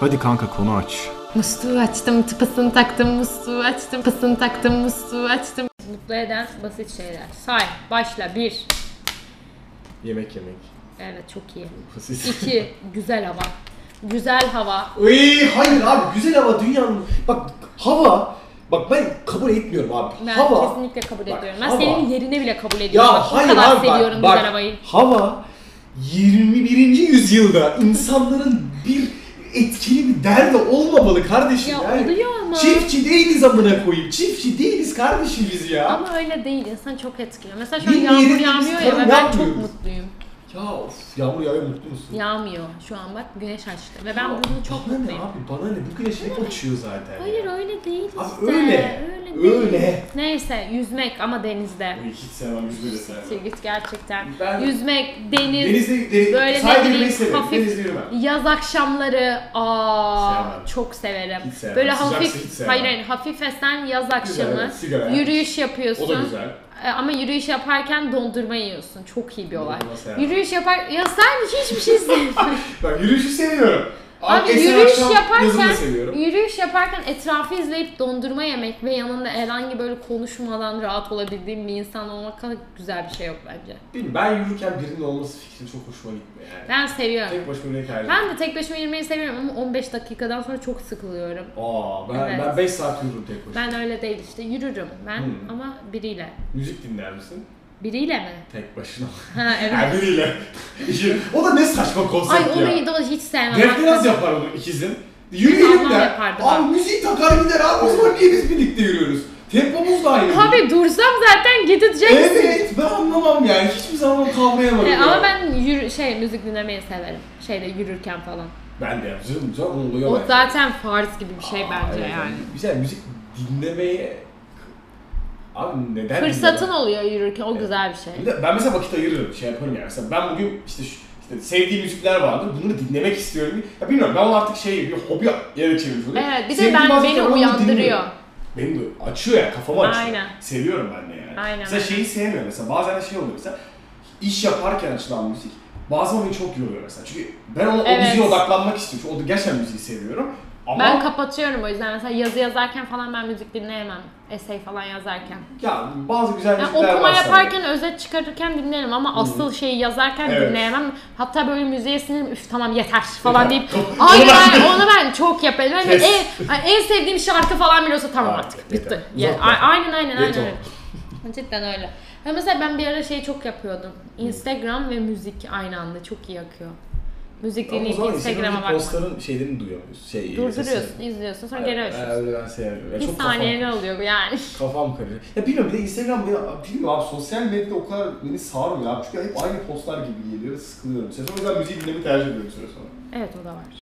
Hadi kanka konu aç. Musluğu açtım, tıpasını taktım, musluğu açtım, tıpasını taktım, musluğu açtım. Mutlu eden basit şeyler. Say, başla. Bir. Yemek yemek. Evet çok iyi. Basit. İki. Güzel hava. Güzel hava. Iy, hayır abi güzel hava dünyanın. Bak hava. Bak ben kabul etmiyorum abi. Ben hava. kesinlikle kabul Bak, ediyorum. Ben hava. senin yerine bile kabul ediyorum. Ya Bak, bu hayır kadar abi bak, seviyorum bak, güzel havayı. Hava 21. yüzyılda insanların bir etkili bir derdi olmamalı kardeşim. Ya yani. oluyor ama. Çiftçi değiliz amına koyayım. Çiftçi değiliz kardeşim biz ya. Ama öyle değil. İnsan çok etkiliyor. Mesela şu an Yeni yağmur yerimiz yağmıyor ya ve tarım ben çok yapmıyoruz. mutluyum. Ya of yağmur yağıyor mutlu musun? Yağmıyor şu an bak güneş açtı ve ben bunu çok bana ne mutluyum. abi bana ne bu güneş hep açıyor zaten. Hayır öyle değil işte. Abi öyle. Öyle değil. Öyle. Neyse yüzmek ama denizde. Hiç sevmem yüzme de sevmem. Git gerçekten. Ben- Yüzmek, deniz, Denizde, deniz, Böyle sadece ne yürümeyi bileyim, severim. hafif- Denizde yürümem. Yaz akşamları aa Sevmem. çok severim. Hiç sevmem. Böyle Sıcaksa hiç hafif sevmem. hayır hayır hafif esen yaz akşamı evet, sigara. yürüyüş yapıyorsun. O da güzel. E, Ama yürüyüş yaparken dondurma yiyorsun. Çok iyi bir olay. Dondurma sevmem. Yürüyüş yapar ya sen hiçbir şey sevmiyorsun. Ben yürüyüşü seviyorum. Abi Esen yürüyüş Akşam yazını yaparken da seviyorum. yürüyüş yaparken etrafı izleyip dondurma yemek ve yanında herhangi böyle konuşmadan rahat olabildiğim bir insan olmak kadar güzel bir şey yok bence. Bilmiyorum, ben yürürken birinin olması fikri çok hoşuma gitmiyor yani. Ben seviyorum. Tek başıma yürüyerek tercih Ben de tek başıma yürümeyi seviyorum ama 15 dakikadan sonra çok sıkılıyorum. Aa ben Evet. ben 5 saat yürürüm tek başıma. Ben öyle değil işte yürürüm ben Hmm. ama biriyle. Müzik dinler misin? Biriyle mi? Tek başına. Ha evet. Erdem'iyle. İki- o da ne saçma konsept Ay ya. orayı da hiç sevmem. Defteraz hakikaten. yapar onu ikizim. Ablam Yürüyelim der. yapardı bak. Abi müziği takar gider abi o zaman niye biz birlikte yürüyoruz? Tempomuz da aynı. Abi dursam zaten gideceksin. Evet ben anlamam yani hiçbir zaman kavrayamadım. E, ya. ama ben yürü, şey müzik dinlemeyi severim. Şeyde yürürken falan. Ben de yapacağım canım oluyor. O bence. zaten farz gibi bir şey Aa, bence evet, yani. Güzel şey, müzik dinlemeye... Abi neden Fırsatın dinlemem? oluyor yürürken o Evet. güzel bir şey. Bir de ben mesela vakit ayırırım şey yaparım yani. Mesela ben bugün işte, şu- işte sevdiğim müzikler vardı. Bunları dinlemek istiyorum. Ya bilmiyorum ben onu artık şey bir hobi yere çevirmiş oluyor. Evet bir de Sevdiğim ben bazı beni şarkıları uyandırıyor. dinliyorum. Beni de açıyor ya kafamı açıyor. Aynen. Seviyorum ben de yani. Aynen, Mesela aynen. şeyi sevmiyorum mesela bazen de şey oluyor mesela iş yaparken açılan müzik bazen beni çok yoruyor mesela. Çünkü ben ona o Evet. müziğe odaklanmak istiyorum. Çünkü o da gerçekten müziği seviyorum. Ama Ben kapatıyorum o yüzden mesela yazı yazarken falan ben müzik dinleyemem. Essay falan yazarken. ya bazı güzel Yani müzikler var. okuma sanırım. yaparken, özet çıkarırken dinlerim ama asıl şeyi yazarken Evet. dinleyemem. Hatta böyle müziğe sinirim, üf tamam yeter falan deyip Onu Hayır ben- hayır onu ben çok yaparım. Yani Kes. en, en sevdiğim şarkı falan biliyorsa tamam Artık artık yeter. bitti. Ya, Uzatma. a- aynen aynen aynen. Yeter. öyle. Cidden öyle. Ya mesela ben bir ara şey çok yapıyordum. Instagram ve müzik aynı anda çok iyi akıyor. Müzik Ama o dinleyip zaman Instagram'a Instagram'daki bakma. postların şeylerini duyamıyoruz. Şey, Durduruyorsun, sesini. izliyorsun sonra geri Evet, açıyorsun. öyle ben sevmiyorum. Ya Bir çok saniye ne oluyor bu yani? Kafam, kafam karışıyor. Ya bilmiyorum bir de Instagram beni, bilmiyorum abi sosyal medyada o kadar beni sarmıyor abi. Çünkü hep aynı postlar gibi geliyor ve sıkılıyorum. Sen o yüzden müziği dinlemeyi tercih ediyorum süre sonra. Evet o da var.